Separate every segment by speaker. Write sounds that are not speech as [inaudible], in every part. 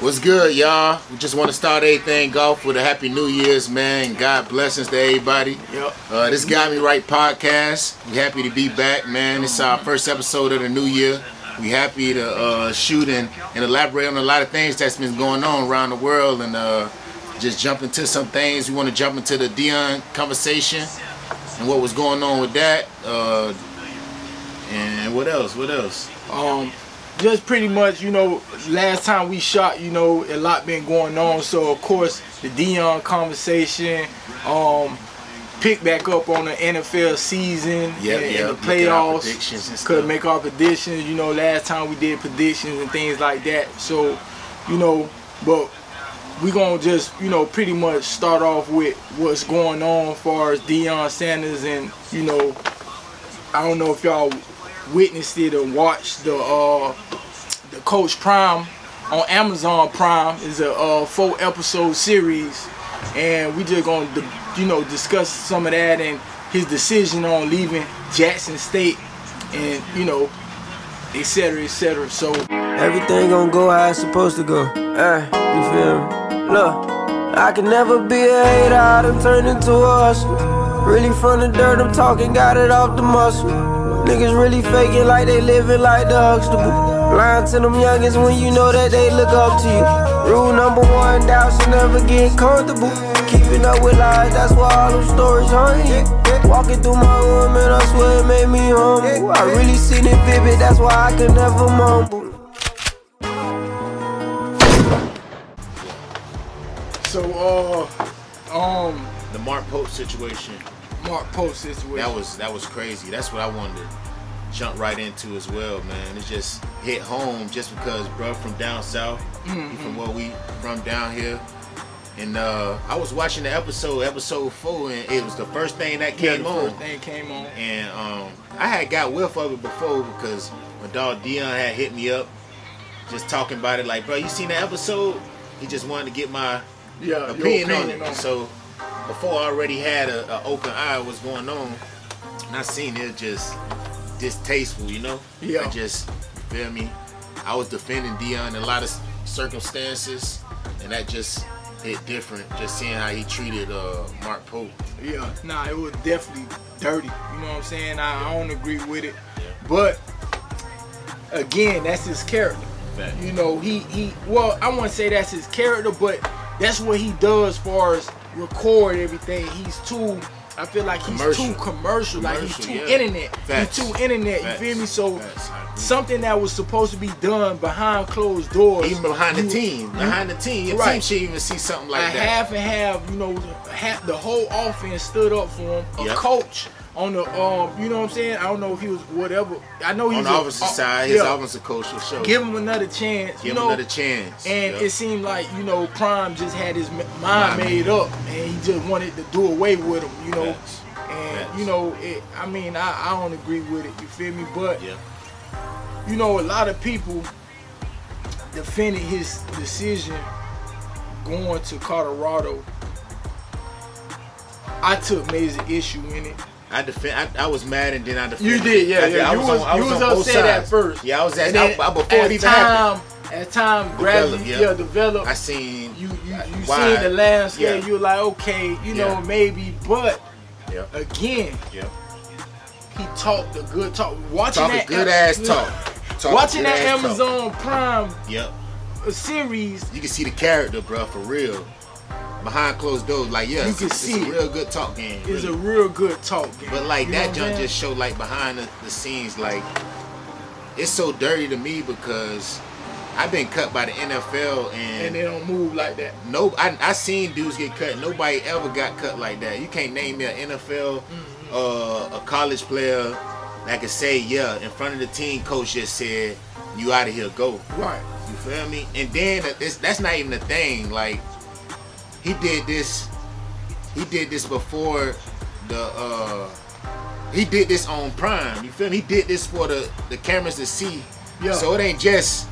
Speaker 1: What's good, y'all? We just want to start everything off with a happy New Year's, man. God blessings to everybody.
Speaker 2: Yep.
Speaker 1: Uh, this Got Me Right podcast. We happy to be back, man. It's our first episode of the new year. We happy to uh, shoot and, and elaborate on a lot of things that's been going on around the world, and uh, just jump into some things. We want to jump into the Dion conversation and what was going on with that. Uh, and what else? What else?
Speaker 2: Um, just pretty much, you know, last time we shot, you know, a lot been going on. So of course, the Dion conversation, um, pick back up on the NFL season
Speaker 1: Yep,
Speaker 2: and, and
Speaker 1: yep,
Speaker 2: the
Speaker 1: making our
Speaker 2: playoffs.
Speaker 1: predictions and
Speaker 2: could
Speaker 1: stuff.
Speaker 2: make our predictions. You know, last time we did predictions and things like that. So, you know, but we gonna just you know pretty much start off with what's going on as far as Deion Sanders and you know I don't know if y'all witnessed it or watched the uh the Coach Prime on Amazon Prime is a uh, four episode series and we just gonna you know discuss some of that and his decision on leaving Jackson State and you know et cetera et cetera so
Speaker 3: Everything gon' go how it's supposed to go. Eh, you feel me? Look, I can never be a hater, I done turned into a hustler. Really from the dirt, I'm talking, got it off the muscle. Niggas really faking like they living like the Huxtable. Lying to them youngins when you know that they look up to you. Rule number one, doubt should never get comfortable. Keeping up with lies, that's why all them stories haunt you. Walking through my room and I swear it made me humble. I really seen it vivid, that's why I could never mumble.
Speaker 2: so uh um
Speaker 1: The Mark Pope situation.
Speaker 2: Mark Pope situation.
Speaker 1: That was that was crazy. That's what I wanted to jump right into as well, man. It just hit home just because, bro, from down south,
Speaker 2: Mm-hmm.
Speaker 1: you from where we from down here. And uh, I was watching the episode, episode four, and it was the first thing that
Speaker 2: Yeah,
Speaker 1: came
Speaker 2: the
Speaker 1: on.
Speaker 2: first thing came on.
Speaker 1: And um, I had got whiff of it before because my dog Dion had hit me up, just talking about it. Like, bro, you seen that episode? He just wanted to get my
Speaker 2: Yeah, your
Speaker 1: opinion, on
Speaker 2: opinion
Speaker 1: it. So before I already had a, a open eye what's going on, and I seen it just distasteful, you know.
Speaker 2: Yeah.
Speaker 1: I just you feel me. I was defending Dion in a lot of s- circumstances, and that just hit different. Just seeing how he treated uh, Mark Pope.
Speaker 2: Yeah, nah, it was definitely dirty. You know what I'm saying? I, I don't agree with it, but again, that's his character.
Speaker 1: Fact.
Speaker 2: You know, he he. Well, I wouldn't say that's his character, but that's what he does. As far as record everything, he's too. I feel like he's
Speaker 1: Commercial.
Speaker 2: too commercial. Like he's too
Speaker 1: Commercial, yeah.
Speaker 2: internet.
Speaker 1: Facts.
Speaker 2: He's too internet.
Speaker 1: Facts.
Speaker 2: You feel me? So
Speaker 1: Facts, I agree.
Speaker 2: something that was supposed to be done behind closed doors,
Speaker 1: Even behind the
Speaker 2: you-
Speaker 1: team, behind the team, your team
Speaker 2: Right.
Speaker 1: should even see something
Speaker 2: I
Speaker 1: like that.
Speaker 2: half and half, you know, half, the whole offense stood up for him. A
Speaker 1: Yep.
Speaker 2: coach on the, um, you know what I'm saying? I don't know if he was whatever. I know he's
Speaker 1: on the
Speaker 2: a-
Speaker 1: offensive
Speaker 2: uh,
Speaker 1: side, his
Speaker 2: yeah.
Speaker 1: offensive coach will show.
Speaker 2: Give him another chance.
Speaker 1: give
Speaker 2: you
Speaker 1: him
Speaker 2: know,
Speaker 1: another chance.
Speaker 2: and
Speaker 1: Yeah.
Speaker 2: it seemed like you know Prime just had his m- mind,
Speaker 1: Mind
Speaker 2: made up, and he just wanted to do away with him. You know,
Speaker 1: Facts.
Speaker 2: and
Speaker 1: Facts.
Speaker 2: you know, it, I mean, I, I don't agree with it. You feel me? But
Speaker 1: yeah.
Speaker 2: you know, a lot of people defended his decision going to Colorado. I took major issue in it.
Speaker 1: I defend. I, I was mad and then I defended.
Speaker 2: You did, yeah,
Speaker 1: I did.
Speaker 2: yeah.
Speaker 1: I
Speaker 2: You was- you was
Speaker 1: both
Speaker 2: upset at
Speaker 1: sides.
Speaker 2: first.
Speaker 1: Yeah, I was at.
Speaker 2: And then
Speaker 1: I, I, before
Speaker 2: as
Speaker 1: it even happened,
Speaker 2: time, as time gradually
Speaker 1: Developed, yeah.
Speaker 2: yeah. developed,
Speaker 1: I seen
Speaker 2: you you, you
Speaker 1: why-
Speaker 2: seen the landscape.
Speaker 1: yeah.
Speaker 2: You're like, okay,
Speaker 1: Yeah.
Speaker 2: you know, maybe, but
Speaker 1: Yeah,
Speaker 2: again,
Speaker 1: yeah.
Speaker 2: he talked the good talk. Watching
Speaker 1: Talking
Speaker 2: that
Speaker 1: good ass talk. Talking
Speaker 2: Watching
Speaker 1: good
Speaker 2: that
Speaker 1: ass talk.
Speaker 2: Amazon Prime
Speaker 1: Yep.
Speaker 2: uh, series,
Speaker 1: You can see the character, bro, for real. Behind closed doors, like yeah,
Speaker 2: You
Speaker 1: it's-
Speaker 2: can
Speaker 1: it's
Speaker 2: see
Speaker 1: a
Speaker 2: it.
Speaker 1: real good talk game.
Speaker 2: is a
Speaker 1: really.
Speaker 2: real good talk game.
Speaker 1: But like
Speaker 2: You know
Speaker 1: that
Speaker 2: what
Speaker 1: junk
Speaker 2: I'm
Speaker 1: just showed like behind the, the scenes, like it's so dirty to me because I've been cut by the NFL
Speaker 2: and they don't move like that.
Speaker 1: No, I, I seen dudes get cut. Nobody ever got cut like that. You can't name me an NFL, uh, a college player that could say, yeah, in front of the team, coach just said, you out of here, go.
Speaker 2: Right.
Speaker 1: You feel me? And then uh, this, that's not even a thing. Like he did this, he did this before the. uh he did this on Prime. You feel me? He did this for the the cameras to see.
Speaker 2: Yeah.
Speaker 1: So it ain't just.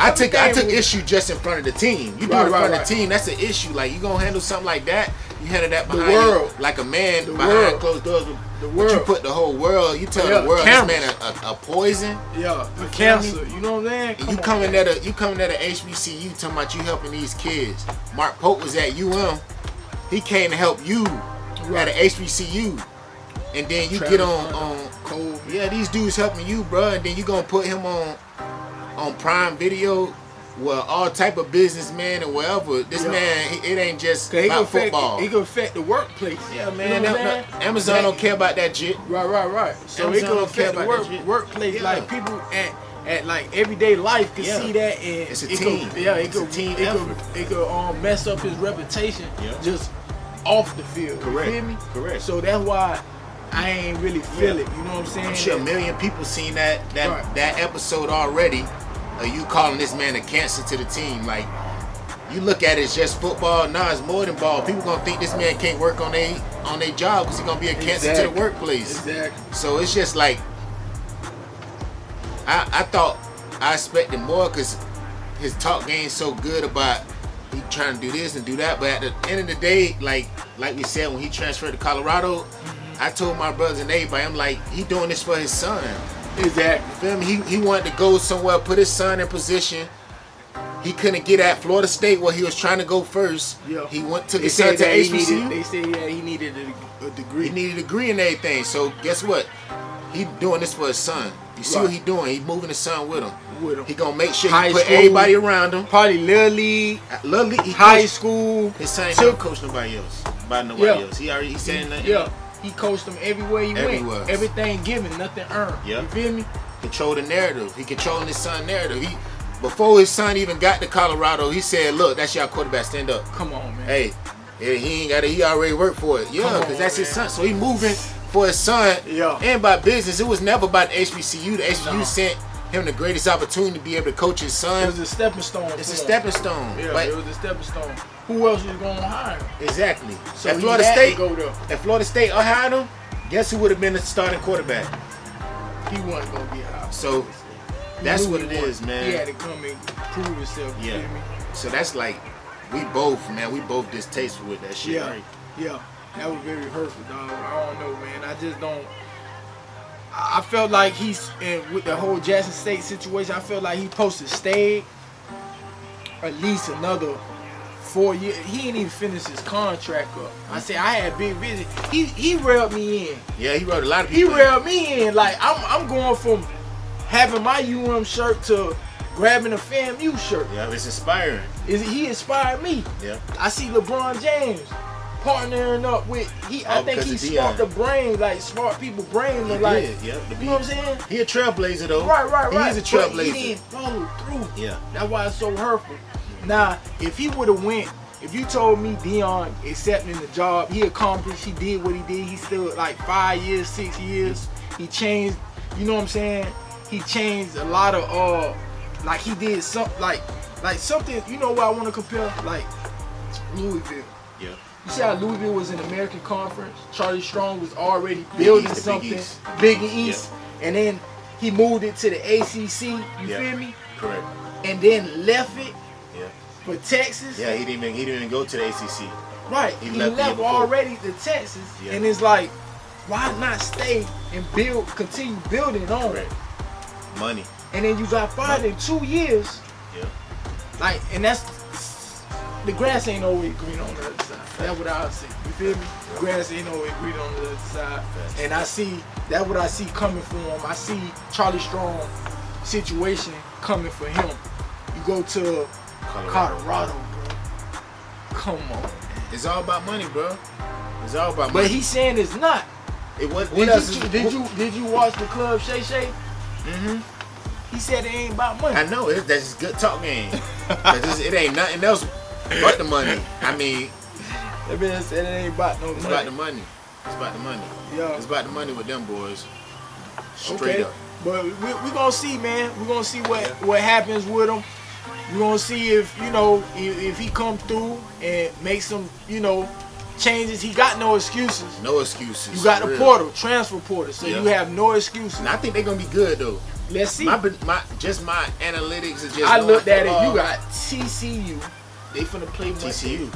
Speaker 1: I took I
Speaker 2: Everything
Speaker 1: took
Speaker 2: was-
Speaker 1: issue just in front of the team. You do it
Speaker 2: Right,
Speaker 1: in
Speaker 2: right,
Speaker 1: front of
Speaker 2: right.
Speaker 1: the team, that's an issue. Like you gonna handle something like that, you handle that
Speaker 2: The
Speaker 1: behind your-
Speaker 2: world.
Speaker 1: like a man
Speaker 2: The
Speaker 1: behind
Speaker 2: world.
Speaker 1: closed doors. but-
Speaker 2: The
Speaker 1: But you
Speaker 2: world.
Speaker 1: put the whole world. You tell
Speaker 2: Yeah,
Speaker 1: the world
Speaker 2: cameras.
Speaker 1: this man a, a, a poison.
Speaker 2: Yeah,
Speaker 1: kidding me?
Speaker 2: for cancer. You know what I'm saying?
Speaker 1: And you
Speaker 2: on,
Speaker 1: coming
Speaker 2: man.
Speaker 1: at a you coming at a HBCU talking about you helping these kids. Mark Pope was at UM. He came to help you at a HBCU, and then you
Speaker 2: Travis
Speaker 1: get on
Speaker 2: Hunter.
Speaker 1: on
Speaker 2: cold.
Speaker 1: yeah, these dudes helping you, bruh, and then you gonna put him on on Prime Video, well, all type of businessmen and whatever. This
Speaker 2: Yeah.
Speaker 1: man, he, it ain't just
Speaker 2: Cause he can
Speaker 1: about
Speaker 2: affect.
Speaker 1: football.
Speaker 2: He can affect the workplace.
Speaker 1: yeah,
Speaker 2: You
Speaker 1: man,
Speaker 2: know what
Speaker 1: that-
Speaker 2: I'm saying?
Speaker 1: that- Amazon don't care about that shit.
Speaker 2: Right, right, right. So
Speaker 1: Amazon
Speaker 2: it could
Speaker 1: don't care
Speaker 2: affect the
Speaker 1: about
Speaker 2: work,
Speaker 1: that shit.
Speaker 2: workplace.
Speaker 1: Yeah.
Speaker 2: Like people at at like everyday life could
Speaker 1: Yeah.
Speaker 2: see that, and
Speaker 1: It's a
Speaker 2: it
Speaker 1: team.
Speaker 2: Could, yeah, it
Speaker 1: It's a
Speaker 2: could
Speaker 1: team
Speaker 2: It
Speaker 1: effort.
Speaker 2: could, it could um, mess up his reputation
Speaker 1: Yeah.
Speaker 2: just off the field. you
Speaker 1: Correct.
Speaker 2: feel me?
Speaker 1: Correct.
Speaker 2: So that's why I ain't really feel
Speaker 1: Yeah.
Speaker 2: it. You know what I'm saying?
Speaker 1: I'm sure a million people seen that that
Speaker 2: Right.
Speaker 1: that episode already. Of you calling this man a cancer to the team, like you look at it as just football. Nah, it's more than ball. People gonna think this man can't work on they on their job because he gonna be a cancer to the
Speaker 2: Exactly.
Speaker 1: workplace.
Speaker 2: Exactly.
Speaker 1: So it's just like I, I thought I expected more because his talk game's so good about he trying to do this and do that. But at the end of the day, like like we said when he transferred to Colorado,
Speaker 2: Mm-hmm.
Speaker 1: I told my brothers and everybody, I'm like, he doing this for his son.
Speaker 2: Exactly.
Speaker 1: Feel me? He he wanted to go somewhere, put his son in position. He couldn't get at Florida State where he was trying to go first.
Speaker 2: Yeah.
Speaker 1: He went took
Speaker 2: They
Speaker 1: his son
Speaker 2: said
Speaker 1: to
Speaker 2: that he needed.
Speaker 1: HBCU.
Speaker 2: They said yeah, he needed a, a
Speaker 1: He
Speaker 2: degree.
Speaker 1: needed a degree and everything. So guess what? He doing this for his son. You see what
Speaker 2: Right.
Speaker 1: he doing? He moving his son with him.
Speaker 2: With him.
Speaker 1: He gonna make sure
Speaker 2: High
Speaker 1: he put
Speaker 2: school.
Speaker 1: everybody around him.
Speaker 2: Probably little league,
Speaker 1: Lovely. He
Speaker 2: high
Speaker 1: coached-
Speaker 2: school.
Speaker 1: His son
Speaker 2: So-
Speaker 1: don't coach nobody else. By nobody
Speaker 2: Yeah.
Speaker 1: else. He already he saying nothing.
Speaker 2: Yeah, he coached them everywhere he
Speaker 1: uh, Everywhere.
Speaker 2: went. Everything given, nothing earned.
Speaker 1: Yeah.
Speaker 2: You feel me?
Speaker 1: Control the narrative. He controlling his son narrative. He before his son even got to Colorado, he said, "Look, that's your quarterback. Stand up."
Speaker 2: Come on, man.
Speaker 1: hey, yeah, he ain't got it. He already worked for it. Yeah,
Speaker 2: Come
Speaker 1: because
Speaker 2: on,
Speaker 1: that's his son.
Speaker 2: man.
Speaker 1: So he moving for his son
Speaker 2: Yeah.
Speaker 1: and by business. It was never about the HBCU. The HBCU
Speaker 2: No.
Speaker 1: sent him the greatest opportunity to be able to coach his
Speaker 2: It
Speaker 1: son.
Speaker 2: was a stepping stone.
Speaker 1: it's
Speaker 2: for
Speaker 1: a
Speaker 2: him.
Speaker 1: stepping stone.
Speaker 2: Yeah,
Speaker 1: but
Speaker 2: it was a stepping stone. Who else was going to hire him?
Speaker 1: exactly.
Speaker 2: So
Speaker 1: at
Speaker 2: he
Speaker 1: Florida
Speaker 2: had to
Speaker 1: State,
Speaker 2: go there.
Speaker 1: at Florida State, I hired him. Guess who would have been the starting quarterback?
Speaker 2: He wasn't going to get hired.
Speaker 1: So
Speaker 2: He
Speaker 1: that's
Speaker 2: knew
Speaker 1: what
Speaker 2: he
Speaker 1: it
Speaker 2: wasn't.
Speaker 1: is, man.
Speaker 2: He had to come and prove himself. You
Speaker 1: Yeah.
Speaker 2: feel me?
Speaker 1: So that's like we both, man. We both distasteful with that shit.
Speaker 2: Yeah,
Speaker 1: right?
Speaker 2: yeah, that was very hurtful, dog. I don't know, man. I just don't. I I felt like he's and with the whole Jackson State situation. I felt like he supposed to stay at least another four years. He ain't even finished his contract up. I say I had big vision. He he reeled me in.
Speaker 1: Yeah, he wrote a lot of
Speaker 2: He
Speaker 1: people.
Speaker 2: reeled me in. Like I'm I'm going from having my UM shirt to grabbing a FAMU shirt.
Speaker 1: Yeah, it's inspiring.
Speaker 2: Is he inspired me?
Speaker 1: Yeah.
Speaker 2: I see LeBron James partnering up with he. I
Speaker 1: Oh,
Speaker 2: think
Speaker 1: because
Speaker 2: he
Speaker 1: of
Speaker 2: smart the
Speaker 1: Deion.
Speaker 2: brain, like smart people brain, and
Speaker 1: He
Speaker 2: like
Speaker 1: did, yeah, the
Speaker 2: you
Speaker 1: beat.
Speaker 2: know what I'm saying?
Speaker 1: He a trailblazer though.
Speaker 2: Right, right, right.
Speaker 1: He is a
Speaker 2: But
Speaker 1: trailblazer.
Speaker 2: He didn't follow through.
Speaker 1: Yeah.
Speaker 2: That's why it's so hurtful. Now, if he would have went, if you told me Dion accepting the job, he accomplished, he did what he did, he still like five years, six years, he changed. You know what I'm saying? He changed a lot of uh, like he did some like like something. You know what I want to compare like Louisville.
Speaker 1: yeah.
Speaker 2: You see how Louisville was in the American Conference. Charlie Strong was already building
Speaker 1: East, the Big
Speaker 2: something, Big
Speaker 1: East.
Speaker 2: East, and then he moved it to the ACC. You
Speaker 1: Yeah.
Speaker 2: feel me?
Speaker 1: Correct.
Speaker 2: And then left it
Speaker 1: Yeah.
Speaker 2: for Texas.
Speaker 1: Yeah, he didn't even he didn't even go to the ACC.
Speaker 2: Right.
Speaker 1: He
Speaker 2: He,
Speaker 1: left
Speaker 2: left,
Speaker 1: the year before.
Speaker 2: already to Texas,
Speaker 1: Yeah.
Speaker 2: and it's like, why not stay and build, continue building on? it?
Speaker 1: Correct. Money.
Speaker 2: And then you got fired in two years.
Speaker 1: Yeah.
Speaker 2: Like, and that's the grass ain't always green on the other side. That's what I see. You feel me? The grass ain't always green on the other side.
Speaker 1: Facts.
Speaker 2: And I see that's what I see coming for him. I see Charlie Strong situation coming for him. You go to
Speaker 1: Colorado.
Speaker 2: Colorado, bro. Come on.
Speaker 1: It's all about money, bro. It's all about
Speaker 2: But
Speaker 1: money.
Speaker 2: he's saying it's not.
Speaker 1: it was, what
Speaker 2: Did
Speaker 1: else
Speaker 2: you,
Speaker 1: is-
Speaker 2: did you did you watch the club Shay Shay? Mm-hmm. He said it ain't about money.
Speaker 1: I know it, that's just good talk
Speaker 2: [laughs]
Speaker 1: game. 'Cause it's- it ain't nothing else but the money. I mean,
Speaker 2: That man said it ain't about no
Speaker 1: it's
Speaker 2: money.
Speaker 1: about the money. It's about the money.
Speaker 2: Yeah.
Speaker 1: It's about the money with them boys. Straight up.
Speaker 2: But we we gonna see, man. We gonna see what what happens with him. We gonna see if you know if, if he come through and make some you know changes. He got no excuses.
Speaker 1: No excuses.
Speaker 2: You got
Speaker 1: for
Speaker 2: the
Speaker 1: real.
Speaker 2: portal, transfer portal, so
Speaker 1: Yeah.
Speaker 2: you have no excuses.
Speaker 1: And I think they're gonna be good though.
Speaker 2: Let's see.
Speaker 1: My, Uh, my just my analytics is just.
Speaker 2: I
Speaker 1: knowing
Speaker 2: looked at it.
Speaker 1: football.
Speaker 2: You got TCU. They finna play Monday.
Speaker 1: TCU.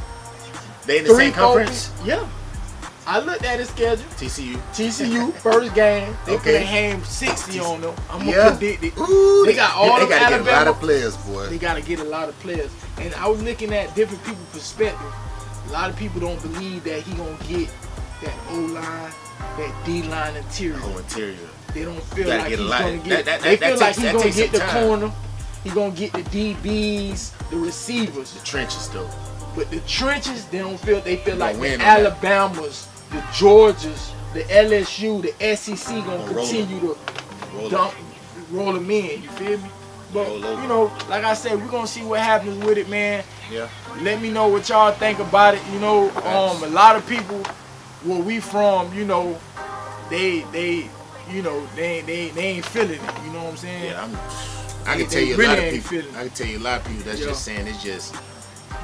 Speaker 1: They in the
Speaker 2: Three
Speaker 1: same conference?
Speaker 2: focus- Yeah. I looked at his schedule.
Speaker 1: TCU. [laughs]
Speaker 2: TCU first game. They
Speaker 1: Okay.
Speaker 2: okay. put ham 60 on them. I'm
Speaker 1: Yeah.
Speaker 2: gonna predict it.
Speaker 1: Ooh,
Speaker 2: They got all
Speaker 4: they
Speaker 2: of
Speaker 4: gotta get a lot
Speaker 2: Alabama.
Speaker 4: of players,
Speaker 2: They
Speaker 4: boy.
Speaker 2: gotta get a lot of players. And I was looking at different people's perspective. A lot of people don't believe that he gonna get that O line, that D line interior.
Speaker 1: Oh, interior.
Speaker 2: They don't feel
Speaker 1: Gotta
Speaker 2: like
Speaker 1: get a
Speaker 2: he's
Speaker 1: lot.
Speaker 2: gonna
Speaker 1: That-
Speaker 2: get.
Speaker 1: that-
Speaker 2: they
Speaker 1: that-
Speaker 2: feel
Speaker 1: that takes-
Speaker 2: like he's
Speaker 1: that
Speaker 2: gonna
Speaker 1: takes
Speaker 2: get the
Speaker 1: some time.
Speaker 2: corner. He gonna get the DBs, the receivers.
Speaker 1: Trenches though.
Speaker 2: But the trenches, they don't feel. They feel
Speaker 1: Gonna
Speaker 2: like
Speaker 1: win
Speaker 2: the
Speaker 1: on that.
Speaker 2: Alabamas, the Georgias, the LSU, the SEC gonna
Speaker 1: Gonna roll 'em.
Speaker 2: continue to
Speaker 1: Roll
Speaker 2: dump, roll them in. You feel me? But
Speaker 1: Roll over.
Speaker 2: you know, like I said, we're gonna see what happens with it, man.
Speaker 1: Yeah.
Speaker 2: Let me know what y'all think about it. You know, um, a lot of people where we from, you know, they they, you know, they they they ain't feeling it. You know what I'm saying?
Speaker 1: Yeah, I'm. I
Speaker 2: They-
Speaker 1: can tell you
Speaker 2: they
Speaker 1: a lot
Speaker 2: really
Speaker 1: of
Speaker 2: ain't
Speaker 1: people.
Speaker 2: feeling it.
Speaker 1: I can tell you a lot of people that's
Speaker 2: Yeah.
Speaker 1: just saying it's just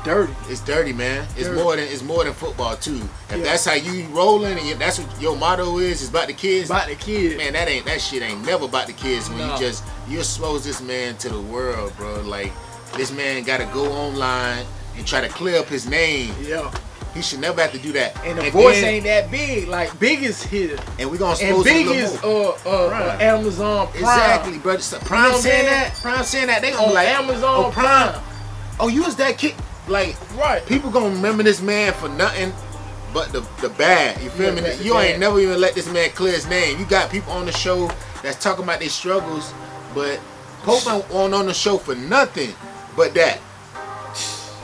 Speaker 2: Dirty.
Speaker 1: it's dirty, man. It's
Speaker 2: Dirty.
Speaker 1: more than it's more than football too. If
Speaker 2: Yeah.
Speaker 1: that's how you rolling and if that's what your motto is, it's about the kids.
Speaker 2: About the kids.
Speaker 1: Man, that ain't that shit ain't never about the kids when
Speaker 2: No.
Speaker 1: you just you expose this man to the world, bro. Like this man got to go online and try to clear up his name.
Speaker 2: Yeah.
Speaker 1: He should never have to do that.
Speaker 2: And the voice
Speaker 1: then-
Speaker 2: ain't that big. Like big is here.
Speaker 1: And we gonna
Speaker 2: And
Speaker 1: expose him a
Speaker 2: big
Speaker 1: little
Speaker 2: is
Speaker 1: more.
Speaker 2: uh, uh,
Speaker 1: Prime.
Speaker 2: uh Amazon Prime.
Speaker 1: Exactly, brother. So Prime
Speaker 2: what I'm
Speaker 1: saying
Speaker 2: saying?
Speaker 1: that. Prime saying that. They gonna
Speaker 2: On
Speaker 1: be like
Speaker 2: Amazon
Speaker 1: Oh, Prime. Oh, you was that kid. Like
Speaker 2: Right.
Speaker 1: people gonna remember this man for nothing but the the bad. You feel
Speaker 2: Yeah,
Speaker 1: me?
Speaker 2: but the
Speaker 1: You ain't
Speaker 2: bad.
Speaker 1: never even let this man clear his name. You got people on the show that's talking about their struggles, but Pope ain't on on the show for nothing but that.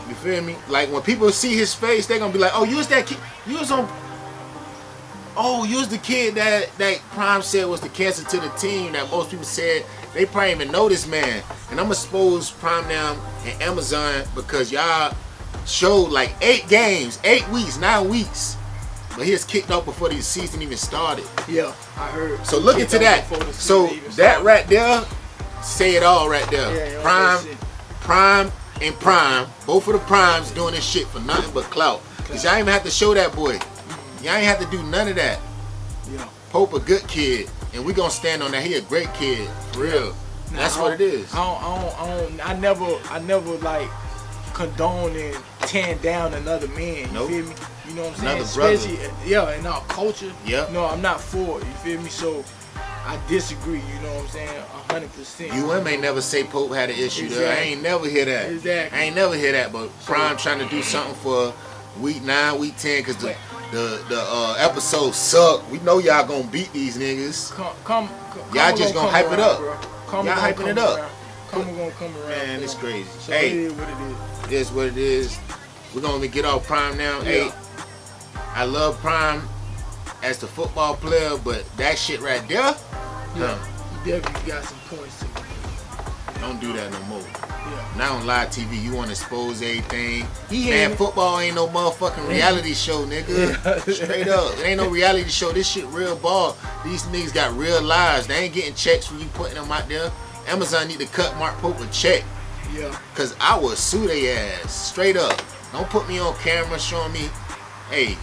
Speaker 1: You feel me? Like when people see his face, they gonna be like, "Oh, you was that kid? You was on? Oh, you was the kid that that Prime said was the cancer to the team that most people said they probably even know this man." And I'm expose Prime now and Amazon because y'all showed like eight games, eight weeks, nine weeks, but he was kicked off before the season even started.
Speaker 2: Yeah, I heard.
Speaker 1: So look into that.
Speaker 2: Before the season
Speaker 1: So
Speaker 2: even
Speaker 1: that
Speaker 2: started.
Speaker 1: right there, say it all right
Speaker 2: Yeah,
Speaker 1: there.
Speaker 2: yeah,
Speaker 1: prime,
Speaker 2: that's it.
Speaker 1: prime, and prime. Both of the primes doing this shit for nothing but clout. Cause y'all ain't even have to show that boy. Y'all ain't have to do none of that.
Speaker 2: Yeah.
Speaker 1: Pope a good kid, and we gonna stand on that. He a great kid, for real.
Speaker 2: Nah,
Speaker 1: That's
Speaker 2: I
Speaker 1: what it
Speaker 2: don't-
Speaker 1: is.
Speaker 2: I don't, I don't, I don't, I never, I never like condone and tearing down another man. You
Speaker 1: Nope.
Speaker 2: feel me? You know what I'm
Speaker 1: Another brother.
Speaker 2: saying? Especially, yeah, in our culture.
Speaker 1: Yep.
Speaker 2: No, I'm not for it. You feel me? So I disagree. You know what I'm saying? A hundred percent.
Speaker 1: UM ain't never say Pope had an issue though. I
Speaker 2: Exactly.
Speaker 1: ain't never hear that.
Speaker 2: Exactly.
Speaker 1: I ain't never hear that. But Prime trying to do something for week nine, week ten, cause the the the uh, episodes suck. We know y'all gonna beat these niggas.
Speaker 2: Come, come, come
Speaker 1: Y'all
Speaker 2: we
Speaker 1: just gonna
Speaker 2: come
Speaker 1: hype it
Speaker 2: around,
Speaker 1: up.
Speaker 2: Bro. Come,
Speaker 1: Y'all
Speaker 2: we gonna
Speaker 1: hyping
Speaker 2: come
Speaker 1: it up.
Speaker 2: Around. Come, we gonna come around.
Speaker 1: Man,
Speaker 2: bro.
Speaker 1: it's crazy.
Speaker 2: So it
Speaker 1: hey,
Speaker 2: is what it is.
Speaker 1: it is what it is. We're gonna get off Prime now. Hey, I love Prime as the football player, but that shit right there,
Speaker 2: Yeah.
Speaker 1: huh,
Speaker 2: You definitely got some points to
Speaker 1: don't do that no more.
Speaker 2: Yeah.
Speaker 1: Now on live TV, you want to expose everything.
Speaker 2: He
Speaker 1: Man,
Speaker 2: ain't-
Speaker 1: football ain't no motherfucking reality show, nigga.
Speaker 2: Yeah.
Speaker 1: Straight up, it ain't no reality show. This shit real ball. These niggas got real lives. They ain't getting checks when you putting them out there. Amazon need to cut Mark Pope a check,
Speaker 2: Yeah.
Speaker 1: cause I will sue they ass. Straight up. Don't put me on camera showing me, hey,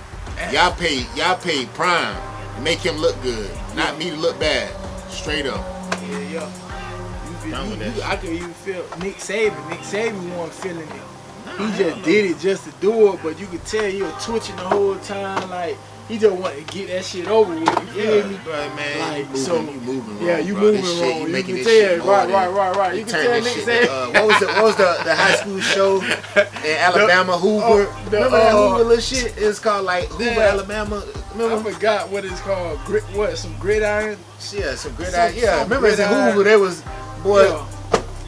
Speaker 1: y'all paid y'all paid Prime to make him look good, not me to look bad. Straight up.
Speaker 2: Yeah, yeah. You
Speaker 1: Done
Speaker 2: feel,
Speaker 1: with
Speaker 2: you,
Speaker 1: that
Speaker 2: you, I can even feel Nick Saban. Nick Saban wasn't feeling it. He just
Speaker 1: no.
Speaker 2: did it just to do it, but you could tell he was twitching the whole time. Like he just wanted to get that shit over with. You feel me?
Speaker 1: bro, man. you
Speaker 2: Like,
Speaker 1: moving,
Speaker 2: so-
Speaker 1: you moving wrong.
Speaker 2: yeah, you
Speaker 1: bro. This
Speaker 2: moving
Speaker 1: shit,
Speaker 2: wrong.
Speaker 1: You,
Speaker 2: You
Speaker 1: making
Speaker 2: can
Speaker 1: this shit
Speaker 2: tell.
Speaker 1: more
Speaker 2: Right,
Speaker 1: than-
Speaker 2: right, right, right. You can
Speaker 1: turn
Speaker 2: tell
Speaker 1: this
Speaker 2: niggas
Speaker 1: shit-
Speaker 2: say-
Speaker 1: Uh, what was the what was the, the high
Speaker 2: [laughs]
Speaker 1: school show in Alabama? Hoover.
Speaker 2: oh, the,
Speaker 1: Remember that
Speaker 2: uh,
Speaker 1: Hoover little shit? It's called like Hoover,
Speaker 2: Yeah.
Speaker 1: Alabama.
Speaker 2: I
Speaker 1: Remember?
Speaker 2: forgot what it's called. Grit, what? Some gridiron?
Speaker 1: Yeah, some good
Speaker 2: Some-
Speaker 1: idea. Yeah,
Speaker 2: some
Speaker 1: remember it's in
Speaker 2: gridiron.
Speaker 1: Hoover? They was boy.
Speaker 2: Yeah.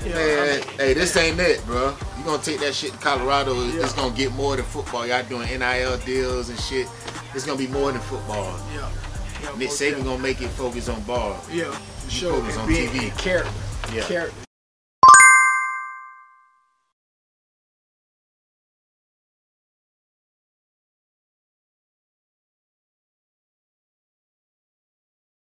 Speaker 2: Yeah.
Speaker 1: Man, hey, this ain't it, bro. You gonna take that shit to Colorado? it-
Speaker 2: Yeah.
Speaker 1: It's gonna get more than football. Y'all doing NIL deals and shit. It's gonna be more than football.
Speaker 2: I mean, yeah. yeah
Speaker 1: Nick
Speaker 2: most
Speaker 1: Saban
Speaker 2: definitely.
Speaker 1: gonna make it focus on ball.
Speaker 2: Yeah, for sure.
Speaker 1: focus
Speaker 2: And
Speaker 1: on
Speaker 2: being-
Speaker 1: TV.
Speaker 2: and Character.
Speaker 1: Yeah.
Speaker 2: Character.